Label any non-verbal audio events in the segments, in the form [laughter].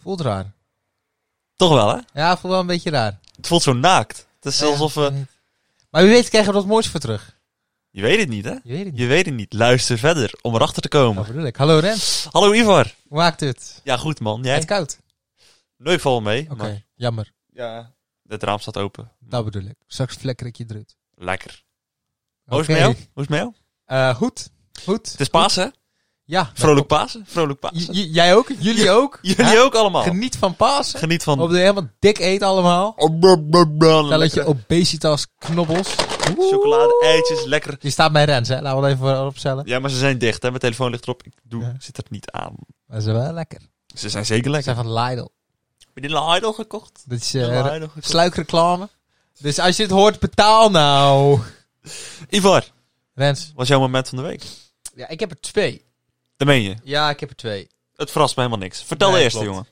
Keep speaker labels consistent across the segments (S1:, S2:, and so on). S1: Voelt raar.
S2: Toch wel, hè?
S1: Ja, voelt wel een beetje raar.
S2: Het voelt zo naakt. Het is
S1: Ja,
S2: alsof we...
S1: ik weet niet. Maar wie weet krijgen we dat moois voor terug.
S2: Je weet het niet, hè?
S1: Je weet het niet.
S2: Je weet het niet. Luister verder om erachter te
S1: Dat
S2: komen.
S1: bedoel ik. Hallo Ren,
S2: Hallo Ivar.
S1: hoe maakt het?
S2: Ja, goed man.
S1: Het
S2: Jij?
S1: koud.
S2: Nee, val mee.
S1: Oké,
S2: maar-
S1: jammer.
S2: Ja. Het raam staat open.
S1: Dat bedoel ik. Straks flikker ik je eruit.
S2: Lekker. Hoe is
S1: Oké.
S2: het met jou? Hoe is het met jou?
S1: Eh, goed. Goed.
S2: Het is Pasen, hè?
S1: Ja.
S2: Vrolijk Pasen. Vrolijk Pasen.
S1: J- j- jij ook? Jullie ook?
S2: [laughs] Jullie
S1: Ja?
S2: ook allemaal.
S1: Geniet van Pasen.
S2: Geniet van...
S1: Op de helemaal dik eet allemaal. Stelletje
S2: Stelletje
S1: obesitas knobbels.
S2: Chocolade, eitjes, lekker.
S1: Die staat bij Rens, hè? Laten we het even voor opstellen.
S2: Ja, maar ze zijn dicht, hè? Mijn telefoon ligt erop. Ik doe,
S1: Ja.
S2: zit er niet aan.
S1: Maar ze zijn wel lekker.
S2: Ze zijn zeker
S1: Ze
S2: lekker.
S1: zijn van Lidl.
S2: Heb je die Lidl gekocht?
S1: Dat is
S2: Die
S1: eh,
S2: Lidl gekocht.
S1: sluikreclame. Dus als je het hoort, betaal nou.
S2: Ivar,
S1: Rens.
S2: was jouw moment van de week?
S1: Ja, ik heb er twee.
S2: Daar meen je.
S1: Ja, ik heb er twee.
S2: Het verrast me helemaal niks. Vertel
S1: Nee,
S2: eerst,
S1: klopt.
S2: jongen.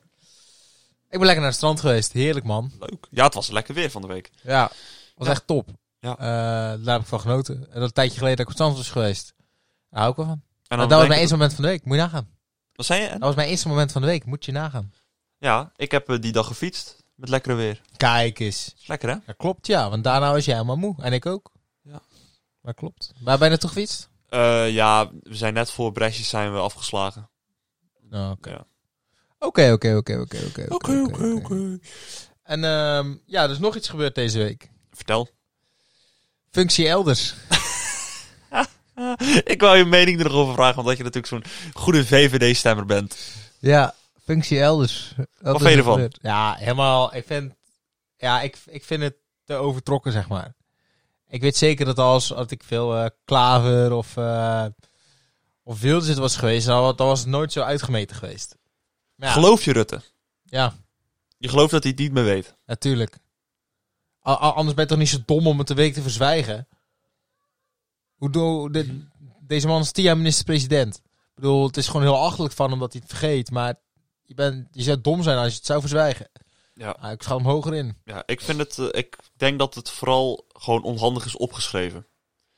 S1: Ik ben lekker naar het strand geweest. Heerlijk, man.
S2: Leuk. Ja, het was lekker weer van de week.
S1: Ja. Was
S2: Ja.
S1: echt top.
S2: Ja.
S1: Eh, daar heb ik van genoten. En dat een tijdje geleden dat ik op het strand was geweest. Daar hou ik wel van.
S2: En
S1: Maar dat was
S2: denk
S1: mijn
S2: ik-
S1: eerste moment van de week. Moet je nagaan.
S2: Wat zei je? En-
S1: Dat was mijn eerste moment van de week. Moet je nagaan.
S2: Ja, ik heb eh, die dag gefietst. Met lekkere weer.
S1: Kijk eens.
S2: Is lekker, hè?
S1: Dat klopt, ja. Want daarna was jij helemaal moe. En ik ook.
S2: Ja.
S1: Maar klopt. Waar ben je naartoe gefietst?
S2: Eh, ja, we zijn net voor Bresjes zijn we afgeslagen.
S1: Oh, Oké.
S2: Ja.
S1: Oké, oké, oké, oké, oké. En ehm, ja, er is nog iets gebeurd deze week.
S2: Vertel. [laughs]
S1: Functie elders.
S2: ik wou je mening er nog over vragen, omdat je natuurlijk zo'n goede VVD-stemmer bent.
S1: Ja, functie elders. Dat is
S2: vind je
S1: er
S2: ervan?
S1: gebeurd. Ja, helemaal. Ik vind, ja, ik, ik vind het te overtrokken, zeg maar. Ik weet zeker dat als, als ik veel eh, klaver of, eh of wildjes was geweest, dan, wa- dan was het nooit zo uitgemeten geweest. Maar ja,
S2: Geloof je Rutte?
S1: ja,
S2: Je gelooft dat hij het niet meer weet.
S1: natuurlijk. A- a- anders ben je toch niet zo dom om het een week te verzwijgen? Hoe do- de- deze man is tien jaar minister-president. Ik bedoel, het is gewoon heel achterlijk van hem dat hij het vergeet. Maar je, bent, je zou dom zijn als je het zou verzwijgen.
S2: Ja.
S1: Ah, ik schat hem hoger in.
S2: Ja, ik vind het. eh, ik denk dat het vooral gewoon onhandig is opgeschreven.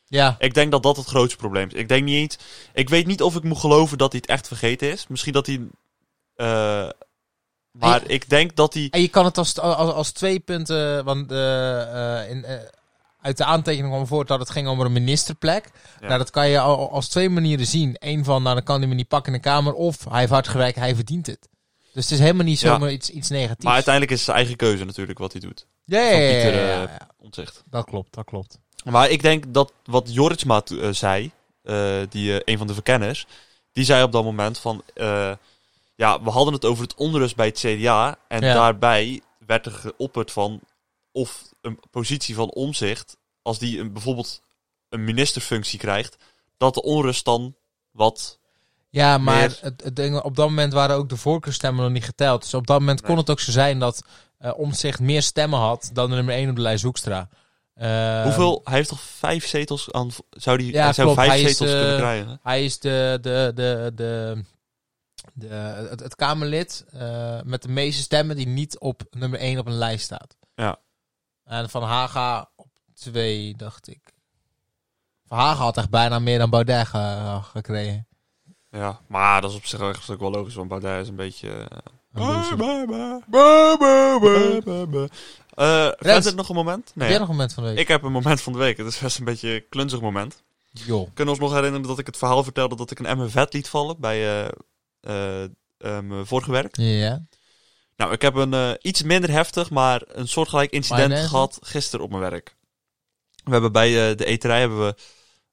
S1: Ja,
S2: Ik denk dat dat het grootste probleem is. Ik denk niet eens. Ik weet niet of ik moet geloven dat hij het echt vergeten is. Misschien dat hij. eh, maar
S1: Hij-
S2: ik denk dat hij.
S1: en je kan het als, als, als twee punten... Want eh, eh, in, eh, uit de aantekening kwam voort dat het ging om een ministerplek.
S2: Ja.
S1: Nou, dat kan je al- als twee manieren zien. Eén van, nou dan kan hij me niet pakken in de Kamer. Of hij heeft hard gewerkt, hij verdient het. Dus het is helemaal niet
S2: Ja.
S1: zomaar iets, iets negatiefs.
S2: Maar uiteindelijk is het zijn eigen keuze natuurlijk wat hij doet.
S1: Ja, ja, ja,
S2: Pieter,
S1: ja, ja,
S2: eh,
S1: ja.
S2: Ontzicht.
S1: Dat klopt, dat klopt.
S2: Maar ik denk dat wat Joritsma to- eh, zei. eh, die, eh, een van de verkenners. Die zei op dat moment van. eh, ja, we hadden het over het onrust bij het CDA. En
S1: Ja.
S2: daarbij werd er geopperd van. Of een positie van omzicht. Als die een, bijvoorbeeld een ministerfunctie krijgt. Dat de onrust dan wat.
S1: Ja, maar
S2: Meer.
S1: het, het ding, op dat moment waren ook de voorkeurstemmen nog niet geteld. Dus op dat moment kon
S2: Nee.
S1: het ook zo zijn dat eh Omtzigt meer stemmen had dan de nummer 1 op de lijst Hoekstra. Eh,
S2: hoeveel? Hij heeft toch vijf zetels aan. Zou die,
S1: Ja,
S2: hij zou
S1: klopt,
S2: vijf
S1: hij is,
S2: zetels
S1: eh,
S2: kunnen krijgen?
S1: Hij is de, de, de, de, de, het, het Kamerlid eh, met de meeste stemmen die niet op nummer 1 op een lijst staat.
S2: Ja.
S1: En Van Haga op 2, dacht ik. Van Haga had echt bijna meer dan Baudet ge- gekregen.
S2: Ja, maar dat is op zich wel echt wel logisch. Want Baudet is een beetje. eh,
S1: Een boezem.
S2: Eh,
S1: Rens.
S2: verder nog een moment?
S1: Heb
S2: Nee.
S1: jij
S2: ja.
S1: nog een moment van de week?
S2: Ik heb een moment van de week. Het is best een beetje een klunzig moment.
S1: Joh.
S2: We kunnen ons nog herinneren dat ik het verhaal vertelde dat ik een emmer vet liet vallen bij eh, eh, eh, mijn vorige werk.
S1: Ja.
S2: Nou, ik heb een eh, iets minder heftig, maar een soortgelijk incident
S1: Mayonaise?
S2: gehad gisteren op mijn werk. We hebben bij eh, de eterij hebben we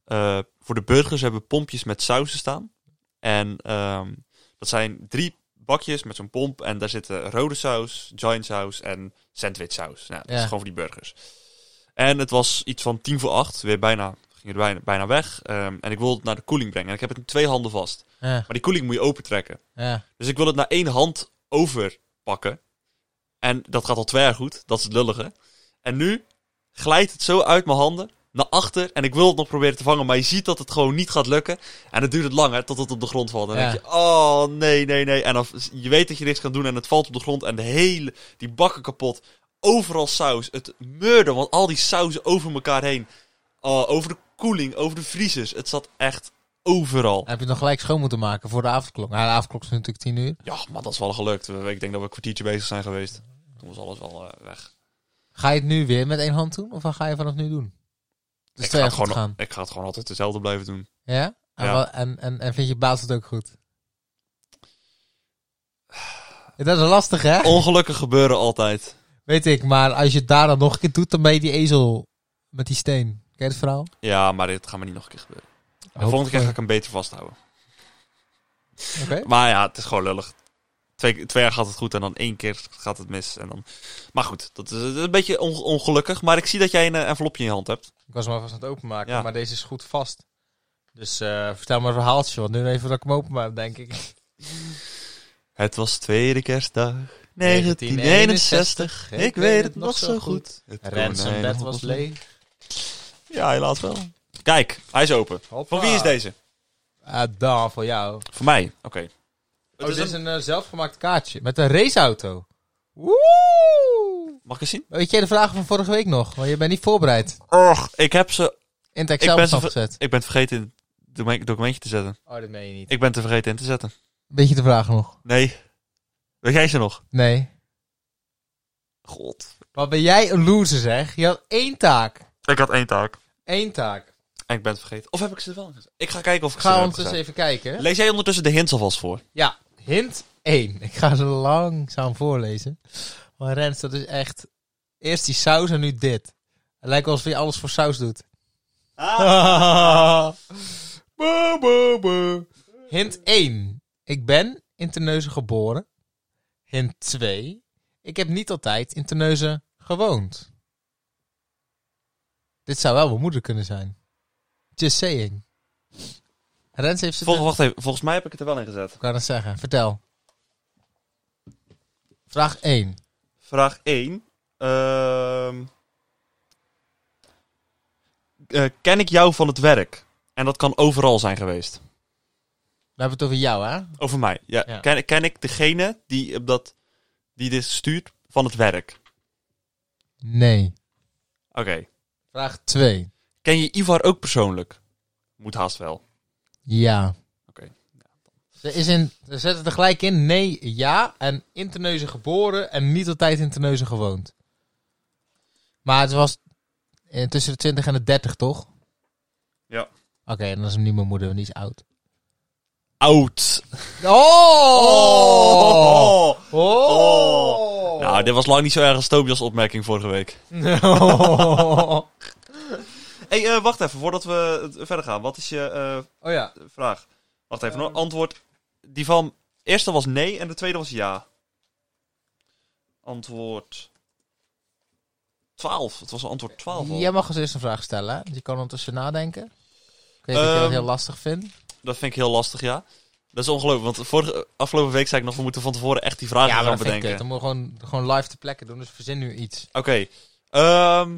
S2: eh, voor de burgers hebben we pompjes met sausen staan. En ehm, dat zijn drie bakjes met zo'n pomp. En daar zitten rode saus, giant saus en sandwich saus. Nou, dat
S1: Ja.
S2: is gewoon voor die burgers. En het was iets van tien voor acht. Weer bijna, ging er bijna, bijna weg. Ehm, en ik wilde het naar de koeling brengen. En ik heb het in twee handen vast.
S1: Ja.
S2: Maar die koeling moet je opentrekken.
S1: Ja.
S2: Dus ik wil het naar één hand overpakken. En dat gaat al twee jaar goed. Dat is het lullige. En nu glijdt het zo uit mijn handen naar achter. En ik wil het nog proberen te vangen. Maar je ziet dat het gewoon niet gaat lukken. En het duurt het langer tot het op de grond valt. En dan
S1: Ja.
S2: denk je, oh nee, nee, nee. En dan, je weet dat je niks kan doen. En het valt op de grond. En de hele, die bakken kapot. Overal saus. Het murder. Want al die sauzen over elkaar heen. Oh, over de koeling. Over de vriezers. Het zat echt overal.
S1: Dan heb je het nog gelijk schoon moeten maken voor de avondklok. Nou, de avondklok is natuurlijk 10 uur.
S2: Ja, maar dat is wel gelukt. We- Ik denk dat we een kwartiertje bezig zijn geweest. Toen was alles wel eh, weg.
S1: Ga je het nu weer met één hand doen? Of wat ga je vanaf nu doen? Dus
S2: ik,
S1: twee
S2: ga
S1: jaar
S2: het
S1: goed
S2: gewoon,
S1: gaan.
S2: ik ga het gewoon altijd dezelfde blijven doen.
S1: Ja? En,
S2: Ja.
S1: wa- En, en, en vind je baas het ook goed? Ja, dat is lastig, hè?
S2: Ongelukken gebeuren altijd.
S1: Weet ik, maar als je het daar dan nog een keer doet, dan ben je die ezel met die steen. Ken je het verhaal?
S2: Ja, maar dit gaat me niet nog een keer gebeuren. De volgende keer ga ik hem beter vasthouden.
S1: Oké.
S2: Maar ja, het is gewoon lullig. Twee, twee jaar gaat het goed en dan één keer gaat het mis. En dan... Maar goed, dat is, dat is een beetje on- ongelukkig. Maar ik zie dat jij een eh, envelopje in je hand hebt.
S1: Ik was hem alvast aan het openmaken,
S2: Ja.
S1: maar deze is goed vast. Dus eh, vertel maar een verhaaltje, want nu even dat ik hem openmaak, denk
S2: [laughs]
S1: ik.
S2: Het was tweede kerstdag
S1: 1961.
S2: 1961. Ik weet het nog zo goed. Het
S1: Rens zijn
S2: konijn
S1: bed was leeg.
S2: Ja, helaas wel. Kijk, hij is open. Van wie is deze?
S1: Ah, daar, voor jou.
S2: Voor mij. Oké.
S1: Oh, dit
S2: Het is
S1: is
S2: een-
S1: een eh, zelfgemaakt kaartje met een raceauto. Woe!
S2: Mag ik eens zien?
S1: Weet jij de vragen van vorige week nog? Want je bent niet voorbereid.
S2: Och, ik heb ze.
S1: In het
S2: ben
S1: Excel
S2: zo
S1: zelf
S2: ver-
S1: gezet.
S2: Ik ben het vergeten in het document- documentje te zetten.
S1: Oh, dat meen je niet.
S2: Ik ben het er vergeten in te zetten.
S1: Weet je de vragen nog?
S2: Nee. Weet jij ze nog?
S1: Nee.
S2: God.
S1: Wat ben jij een loser, zeg. Je had één taak.
S2: Ik had één taak.
S1: Eén taak.
S2: En ik ben het vergeten. Of heb ik ze er wel in gezet? Ik ga kijken of ik
S1: Ga
S2: ze er heb
S1: ondertussen
S2: gezet.
S1: even kijken.
S2: Lees jij ondertussen de hints alvast voor?
S1: Ja, hint 1. Ik ga ze langzaam voorlezen. Maar Rens, dat is echt... Eerst die saus en nu dit. Het lijkt wel alsof je alles voor saus doet. [laughs] Boe, boe, boe. Hint 1. Ik ben in Terneuzen geboren. Hint 2. Ik heb niet altijd in Terneuzen gewoond. Dit zou wel mijn moeder kunnen zijn. Just saying. Rens heeft ze...
S2: Vol- wacht even. Volgens mij heb ik het er wel in gezet.
S1: Ik kan het zeggen. Vertel. Vraag 1.
S2: Vraag 1. Ehm. Eh, ken ik jou van het werk? En dat kan overal zijn geweest.
S1: We hebben het over jou, hè?
S2: Over mij. Ja.
S1: Ja.
S2: Ken, ken ik degene die, op dat, die dit stuurt van het werk?
S1: Nee.
S2: Oké.
S1: Vraag 2.
S2: Ken je Ivar ook persoonlijk? Moet haast wel.
S1: Ja.
S2: Oké.
S1: Ze, is in, ze zetten er gelijk in. Nee, ja. En in Terneuzen geboren en niet altijd in Terneuzen gewoond. Maar het was eh, tussen de 20 en de 30, toch?
S2: Ja.
S1: Oké, dan is hem niet mijn moeder, want die is oud.
S2: Oud.
S1: Oh! Oh!
S2: Nou, dit was lang niet zo erg als Tobias' opmerking vorige week. hey, eh, wacht even. Voordat we het verder gaan. Wat is je
S1: [laughs] oh ja.
S2: eh, vraag? Wacht even.
S1: Eh.
S2: hoor. Antwoord. Die van... Eerste was nee en de tweede was ja. Antwoord... 12. Het was antwoord 12. al.
S1: Jij mag eens eerst een vraag stellen. hè? Je kan ondertussen nadenken. Ik weet dat je dat
S2: Ehm.
S1: heel lastig vindt.
S2: Dat vind ik heel lastig, ja. Dat is ongelooflijk, want vorige, afgelopen week zei ik nog... we moeten van tevoren echt die vragen gaan
S1: dat vind ik
S2: bedenken.
S1: kut. Dan moeten we gewoon, gewoon live ter plekke doen. Dus verzin nu iets.
S2: Oké. ehm,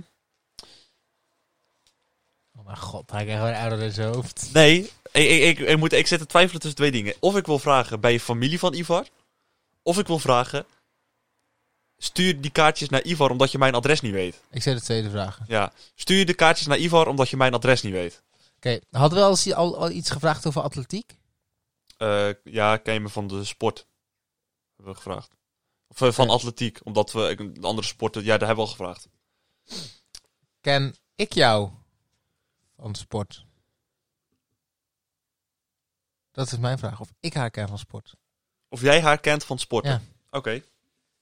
S1: Oh mijn god, hij krijgt weer uit uit zijn hoofd.
S2: nee, ik, ik, ik, ik moet, ik zit te twijfelen tussen twee dingen. Of ik wil vragen, bij je familie van Ivar? Of ik wil vragen... stuur die kaartjes naar Ivar omdat je mijn adres niet weet.
S1: Ik zet de tweede vraag. Oké,
S2: Ja, stuur de kaartjes naar Ivar omdat je mijn adres niet weet.
S1: hadden we al, eens- al, al iets gevraagd over atletiek?
S2: Eh, ja, ken je me van de sport? Hebben we gevraagd. Of eh, van
S1: Ja.
S2: atletiek, omdat we ik- de andere sporten... Ja, daar hebben we al gevraagd.
S1: Ken ik jou van sport? Dat is mijn vraag. Of ik haar ken van sport.
S2: Of jij haar kent van sporten?
S1: Ja.
S2: Oké. Even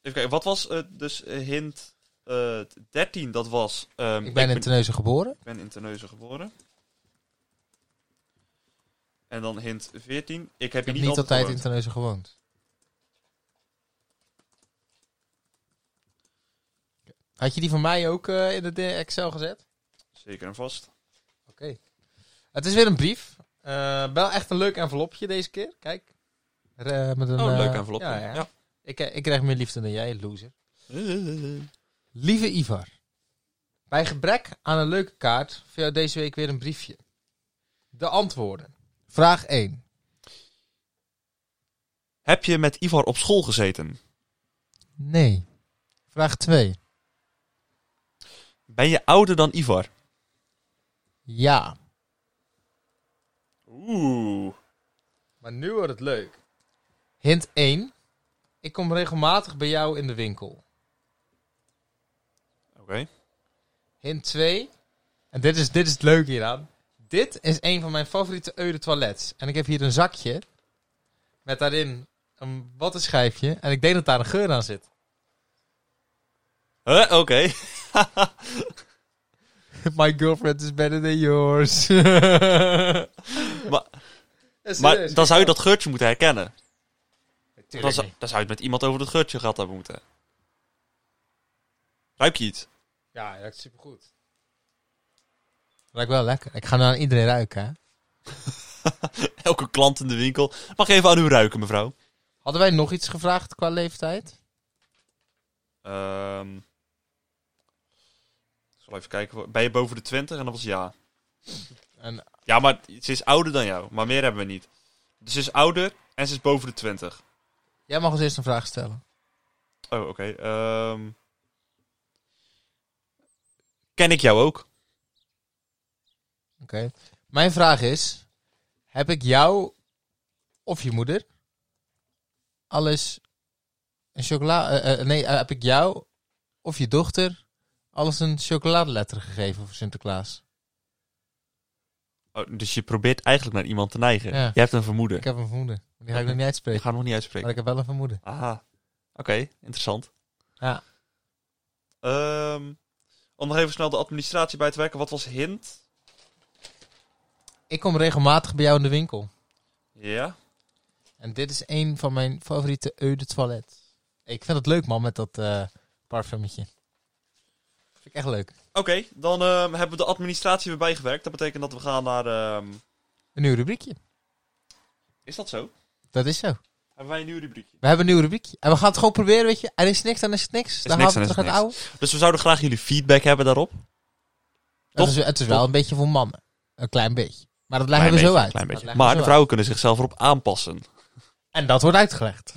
S2: kijken, wat was eh, dus eh, hint eh, 13? Dat was... ehm,
S1: Ik ben in Terneuzen geboren.
S2: ik ben in Terneuzen geboren. En dan hint 14. Ik heb
S1: Ik heb
S2: je
S1: niet
S2: niet
S1: altijd in
S2: gewoond.
S1: Terneuzen gewoond. Had je die van mij ook eh, in de Excel gezet?
S2: Zeker en vast.
S1: Oké. Het is weer een brief. Eh, wel echt een leuk envelopje deze keer. Kijk. Er, eh, met een,
S2: oh, leuk
S1: eh,
S2: envelop.
S1: ja, ja. Ik, eh, ik krijg meer liefde dan jij, loser.
S2: Ja.
S1: Lieve Ivar. Bij gebrek aan een leuke kaart voor jou deze week weer een briefje. De antwoorden. Vraag 1.
S2: Heb je met Ivar op school gezeten?
S1: Nee. Vraag 2.
S2: Ben je ouder dan Ivar?
S1: Ja.
S2: Oeh.
S3: Maar nu wordt het leuk.
S1: Hint 1. Ik kom regelmatig bij jou in de winkel.
S2: Oké.
S1: Hint 2. En dit is, dit is het leuke hieraan. Dit is een van mijn favoriete Eude toilets. En ik heb hier een zakje. Met daarin een wattenschijfje. En ik denk dat daar een geur aan zit. [laughs]
S2: Huh, Eh, Oké.
S1: My girlfriend is better than yours. [laughs]
S3: Ja,
S2: maar
S3: serieus,
S2: dan zou je
S3: ja.
S2: dat geurtje moeten herkennen. Dan
S1: Tuurlijk
S2: zou,
S1: niet.
S2: dan zou je het met iemand over dat geurtje gehad hebben moeten. Ruik je iets?
S3: Ja, dat is supergoed.
S1: Ruikt wel lekker. Ik ga nu aan iedereen ruiken. Hè?
S2: Elke klant in de winkel. Mag even aan u ruiken, mevrouw.
S1: Hadden wij nog iets gevraagd qua leeftijd?
S2: Ehm ik zal even kijken. Ben je boven de 20? En dat was ja.
S1: En,
S2: Ja, maar ze is ouder dan jou. Maar meer hebben we niet. Dus ze is ouder en ze is boven de 20.
S1: jij mag ons eerst een vraag stellen.
S2: Oh, oké. ehm. ken ik jou ook?
S1: Oké. Mijn vraag is: heb ik jou of je moeder alles een chocola? eh, eh, nee, eh, heb ik jou of je dochter alles een chocoladeletter gegeven voor Sinterklaas?
S2: Oh, dus je probeert eigenlijk naar iemand te neigen.
S1: Ja.
S2: Je hebt een vermoeden.
S1: Ik heb een vermoeden. Die ga ik nog niet
S2: Ik
S1: uitspreken,
S2: ga het nog niet
S1: maar
S2: uitspreken.
S1: ik heb wel een vermoeden.
S2: Aha. Oké, interessant.
S1: Ja.
S2: Ehm, om nog even snel de administratie bij te werken. Wat was hint?
S1: Ik kom regelmatig bij jou in de winkel.
S2: Ja.
S1: En dit is een van mijn favoriete Eau de Toilet. Ik vind het leuk, man, met dat eh parfummetje. Vind ik echt leuk.
S2: Oké, dan ehm, hebben we de administratie weer bijgewerkt. Dat betekent dat we gaan naar... ehm,
S1: Een nieuw rubriekje.
S2: Is dat zo?
S1: Dat is zo.
S2: Hebben wij een nieuw rubriekje?
S1: We hebben een nieuw rubriekje. En we gaan het gewoon proberen, weet je. Er is niks, dan is het niks. Dan
S2: niks,
S1: gaan we
S2: dan
S1: terug
S2: is
S1: aan
S2: het
S1: het oude.
S2: Dus we zouden graag jullie feedback hebben daarop.
S1: Het is,
S2: Toch?
S1: het is
S2: Toch?
S1: wel een beetje voor mannen. Een klein beetje. Maar dat leggen we zo
S2: beetje,
S1: uit.
S2: klein
S1: Dat
S2: beetje.
S1: leggen we
S2: Maar
S1: zo
S2: de
S1: uit.
S2: vrouwen kunnen zichzelf erop aanpassen.
S1: En dat wordt
S2: [laughs]
S1: uitgelegd.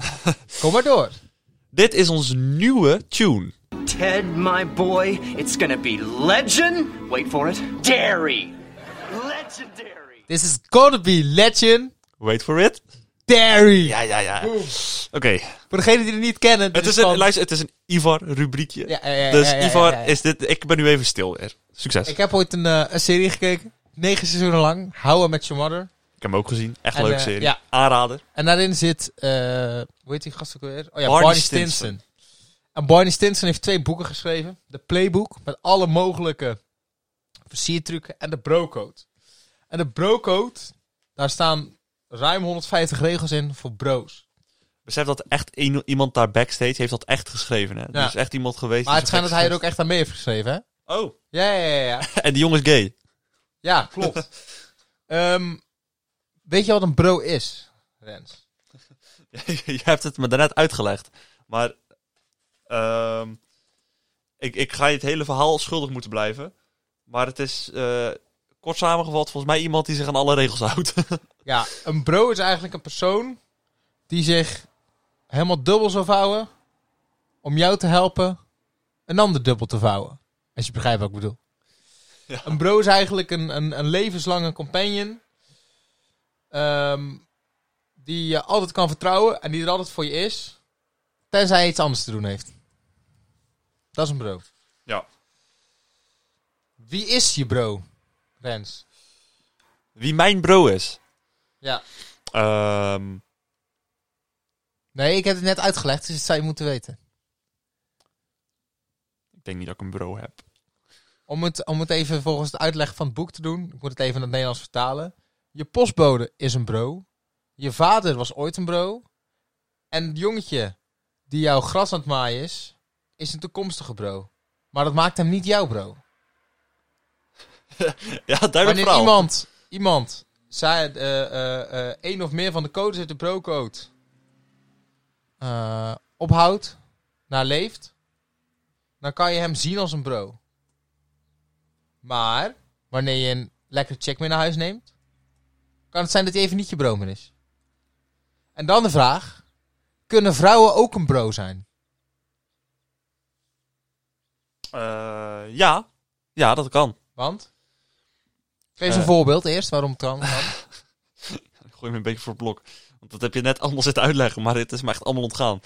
S1: Kom maar door.
S2: Dit is ons nieuwe tune.
S4: Ted, my boy, it's gonna be legend. Wait for it. Dairy. Legendary.
S1: This is gonna be legend.
S2: Wait for it.
S1: Dairy.
S2: Ja, ja, ja. Oké.
S1: Voor degenen die het niet kennen. dit
S2: Het, is
S1: van-
S2: een- luister, het is een Ivar-rubriekje.
S1: Ja, ja, ja,
S2: dus
S1: ja, ja, ja,
S2: Ivar
S1: ja, ja.
S2: is dit... Ik ben nu even stil weer. Succes.
S1: Ik
S2: Ik,
S1: heb ooit een, eh, een serie gekeken. Negen seizoenen lang. How I Met Your Mother.
S2: heb hem ook gezien. Echt
S1: En,
S2: leuke
S1: eh,
S2: serie.
S1: ja.
S2: Aanrader.
S1: En daarin zit, eh hoe heet die gast ook weer? Oh ja,
S2: Barney
S1: Barney,
S2: Stinson.
S1: Stinson. En Barney Stinson heeft twee boeken geschreven. De Playbook, met alle mogelijke versiertrucken. En de Brocode. En de Brocode, daar staan ruim 150 regels in voor bro's.
S2: Besef dat echt een- iemand daar backstage heeft dat echt geschreven. Hè? Er is echt iemand geweest...
S1: Maar
S2: die
S1: het
S2: zo'n
S1: schijnt dat
S2: gek
S1: hij er ook echt aan mee heeft geschreven, hè?
S2: geschreven- Oh, [laughs]
S1: Ja, ja, ja. Ja,
S2: en die jongen is gay.
S1: ja [laughs] klopt. Ehm, weet je wat een bro is, Rens?
S2: [laughs] Je hebt het me daarnet uitgelegd. Maar ehm, ik, ik ga je het hele verhaal schuldig moeten blijven. Maar het is eh, kort samengevat volgens mij iemand die zich aan alle regels [laughs] houdt.
S1: Ja, een bro is eigenlijk een persoon die zich helemaal dubbel zou vouwen om jou te helpen een ander dubbel te vouwen. Als je begrijpt wat ik bedoel.
S2: Ja.
S1: Een bro is eigenlijk een, een, een levenslange companion ehm, die je altijd kan vertrouwen en die er altijd voor je is, tenzij hij iets anders te doen heeft. Dat is een bro.
S2: ja.
S1: Wie is je bro, Rens?
S2: Wie mijn bro is.
S1: Ja.
S2: Ehm,
S1: Nee, ik heb het net uitgelegd, dus dat zou je moeten weten.
S2: ik denk niet dat ik een bro heb. [laughs]
S1: Om het, om het even volgens de uitleg van het boek te doen, ik moet het even naar het Nederlands vertalen. Je postbode is een bro. Je vader was ooit een bro. En het jongetje die jouw gras aan het maaien is, is een toekomstige bro. Maar dat maakt hem niet jouw bro.
S2: Ja, duidelijk
S1: Wanneer
S2: verhaal.
S1: iemand, iemand zei, eh, eh, eh, één of meer van de codes uit de bro-code eh, ophoudt, naar leeft, dan kan je hem zien als een bro. Maar wanneer je een lekker check mee naar huis neemt, kan het zijn dat hij even niet je bro meer is. En dan de vraag: kunnen vrouwen ook een bro zijn?
S2: Eh, ja. ja, dat kan.
S1: Want. Geef eens
S2: Eh.
S1: een voorbeeld eerst waarom het kan.
S2: God, gooi me een beetje voor het blok. Want dat heb je net allemaal zitten uitleggen, maar het is me echt allemaal ontgaan.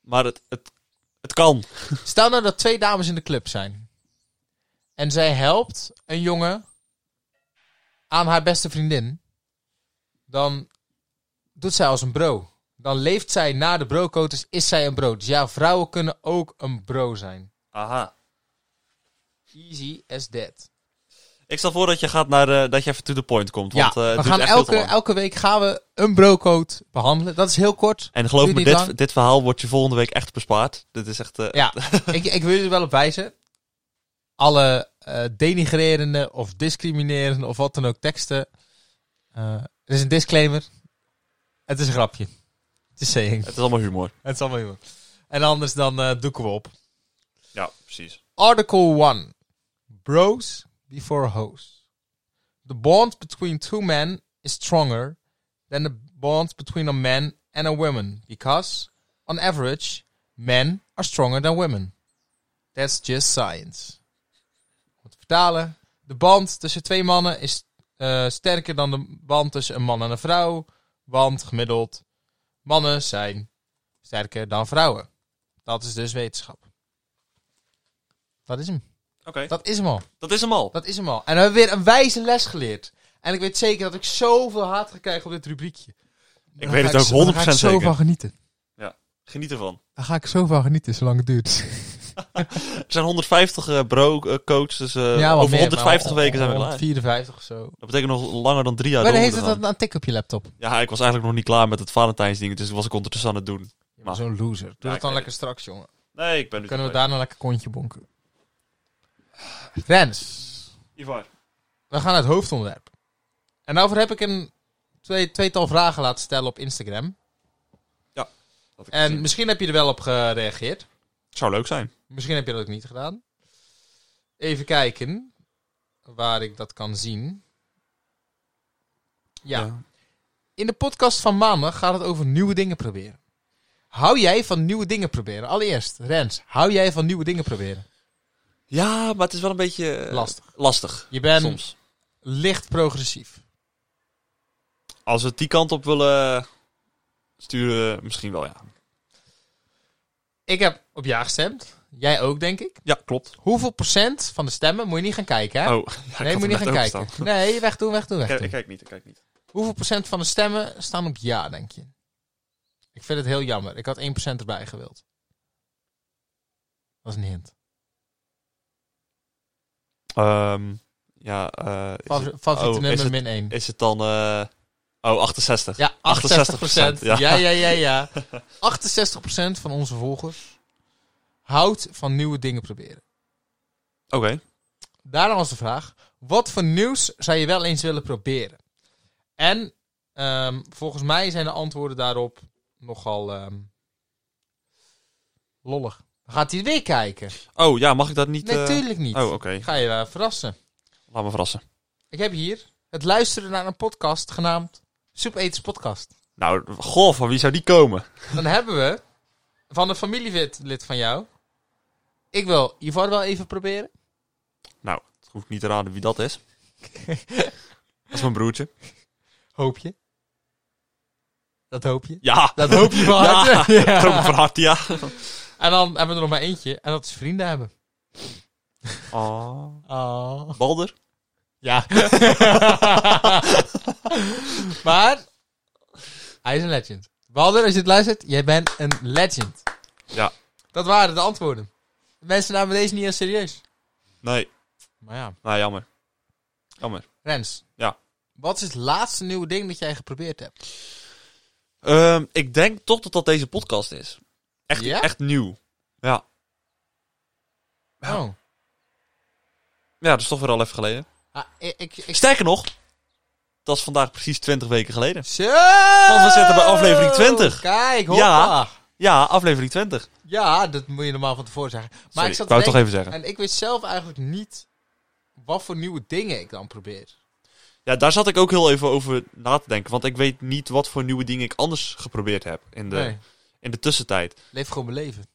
S2: Maar het, het, het kan.
S1: Stel nou dat twee dames in de club zijn. En zij helpt een jongen aan haar beste vriendin. Dan doet zij als een bro. Dan leeft zij na de brocode, dus is zij een bro. Dus ja, vrouwen kunnen ook een bro zijn.
S2: Aha.
S1: Easy as that.
S2: Ik stel voor dat je gaat naar eh, dat je even to the point komt. Want, eh,
S1: ja,
S2: het
S1: we
S2: duurt
S1: gaan
S2: echt heel te
S1: elke,
S2: lang.
S1: elke week gaan we een brocode behandelen. Dat is heel kort.
S2: En geloof
S1: Duurt
S2: me,
S1: niet lang.
S2: dit, dit verhaal wordt je volgende week echt bespaard. Dit is echt. eh,
S1: [laughs] Ja, ik, ik wil jullie er wel op wijzen. Alle eh, denigrerende of discriminerende of wat dan ook teksten. Eh, er is een disclaimer. Het is een grapje. Het is saying.
S2: Het is allemaal humor.
S1: Het is allemaal humor. En anders dan eh doeken we op.
S2: Ja, precies.
S1: Article 1. Bros before hoes. The bond between two men is stronger than the bond between a man and a woman because, on average, men are stronger than women. That's just science. Om te vertalen. De band tussen twee mannen is eh, sterker dan de band tussen een man en een vrouw. Want gemiddeld, mannen zijn sterker dan vrouwen. Dat is dus wetenschap. Dat is hem.
S2: Oké, dat,
S1: Dat is hem al.
S2: is hem al.
S1: Dat is hem al. En we hebben weer een wijze les geleerd. En ik weet zeker dat ik zoveel haat ga krijgen op dit rubriekje.
S2: ik weet het ook
S1: Daar
S2: 100%
S1: ga ik zo
S2: zeker.
S1: van genieten.
S2: Geniet ervan.
S1: Daar ga ik zo van genieten, zolang het duurt.
S2: Eh, Er zijn 150 eh, bro eh, coaches. Dus eh,
S1: wat
S2: over
S1: meer,
S2: 150
S1: maar
S2: weken zijn we klaar.
S1: 154 of zo.
S2: Dat betekent nog langer dan drie jaar.
S1: maar dan
S2: door
S1: heeft het
S2: moeten
S1: dan een tik op je laptop. Je
S2: gaan. Ja, ik was eigenlijk nog niet klaar met het Valentijnsding. Dus dat was ik ondertussen aan het doen.
S1: bent
S2: Maar-
S1: Zo'n loser. Doe dat
S2: ik
S1: dan
S2: weet
S1: lekker straks, jongen.
S2: Nee, ik ben nu.
S1: Kunnen we
S2: tevreden.
S1: daarna lekker kontje bonken. Rens,
S2: Ivar.
S1: we gaan naar het hoofdonderwerp. En daarvoor heb ik een twee, tweetal vragen laten stellen op Instagram.
S2: had ik
S1: En
S2: gezien.
S1: misschien heb je er wel op gereageerd.
S2: Zou leuk zijn.
S1: Misschien heb je dat ook niet gedaan. Even kijken waar ik dat kan zien. Ja. In de podcast van maandag gaat het over nieuwe dingen proberen. Hou jij van nieuwe dingen proberen? Allereerst, Rens, hou jij van nieuwe dingen proberen?
S2: Ja, maar het is wel een beetje eh,
S1: Lastig.
S2: lastig.
S1: Je bent
S2: Soms.
S1: licht progressief.
S2: Als we het die kant op willen sturen, misschien wel, ja.
S1: Ik heb op ja gestemd. Jij ook, denk ik.
S2: Ja, klopt.
S1: Hoeveel procent van de stemmen moet je niet gaan kijken? Hè?
S2: Oh, [laughs] ja, ik had
S1: nee,
S2: hem
S1: moet je niet
S2: net
S1: gaan kijken.
S2: openstaan.
S1: Nee, wegdoen, wegdoen,
S2: Ik,
S1: wegdoen.
S2: ik kijk niet, ik kijk niet.
S1: Hoeveel procent van de stemmen staan op ja, denk je? Ik vind het heel jammer. Ik had 1% erbij gewild. Dat is een hint.
S2: Ehm, ja, eh, is,
S1: Favor-
S2: het,
S1: favoriete
S2: oh,
S1: nummer
S2: is het-
S1: min 1.
S2: is het dan... eh, oh, 68.
S1: Ja, 68 procent.
S2: 68%,
S1: Ja.
S2: ja.
S1: ja, ja, ja,
S2: [laughs]
S1: 68 van onze volgers houdt van nieuwe dingen proberen.
S2: Oké.
S1: Daarom was de vraag, wat voor nieuws zou je wel eens willen proberen? En ehm, volgens mij zijn de antwoorden daarop nogal ehm, lollig. Gaat hij weer kijken?
S2: Oh, ja, mag ik dat niet... eh,
S1: Natuurlijk niet.
S2: Oh, oké.
S1: Ga je eh, verrassen.
S2: Laat me verrassen.
S1: Ik heb hier het luisteren naar een podcast genaamd Soepeters Podcast.
S2: Nou, goh, van wie zou die komen?
S1: Dan [laughs] hebben we van een familielid lid van jou. Ik wil Ivar wel even proberen.
S2: Nou, het hoeft niet te raden wie
S1: [laughs]
S2: dat is. dat is mijn broertje.
S1: Hoop je? Dat hoop je.
S2: Ja!
S1: [laughs] Dat hoop je van
S2: [laughs] Ja,
S1: harte. Ja.
S2: Trok me van harte, ja.
S1: En dan hebben we er nog maar eentje. En dat is vrienden hebben.
S2: Oh.
S1: Oh.
S2: Balder? [laughs]
S1: Ja. [laughs] maar hij is een legend. Walder, als je het luistert, jij bent een legend.
S2: Ja.
S1: Dat waren de antwoorden. Mensen namen deze niet heel serieus.
S2: Nee.
S1: Maar ja.
S2: Nou, jammer. Jammer.
S1: Rens.
S2: Ja.
S1: Wat is het laatste nieuwe ding dat jij geprobeerd hebt?
S2: Ehm, ik denk toch dat dat deze podcast is. Echt,
S1: Ja?
S2: echt nieuw. Ja. Nou.
S1: Oh.
S2: ja, dat is toch weer al even geleden.
S1: Ah, ik, ik, ik...
S2: Sterker nog, dat is vandaag precies 20 weken geleden.
S1: Zo!
S2: Want we zitten bij aflevering 20.
S1: Kijk, hoppa. Ja,
S2: Ja. Ja, aflevering 20.
S1: dat moet je normaal van tevoren zeggen. Maar
S2: Sorry,
S1: ik zat
S2: ik wou
S1: te
S2: het
S1: denken-
S2: toch even zeggen.
S1: En ik weet zelf eigenlijk niet wat voor nieuwe dingen ik dan probeer.
S2: Ja, daar zat ik ook heel even over na te denken. Want ik weet niet wat voor nieuwe dingen ik anders geprobeerd heb in de,
S1: Nee,
S2: in de tussentijd.
S1: leef gewoon mijn leven.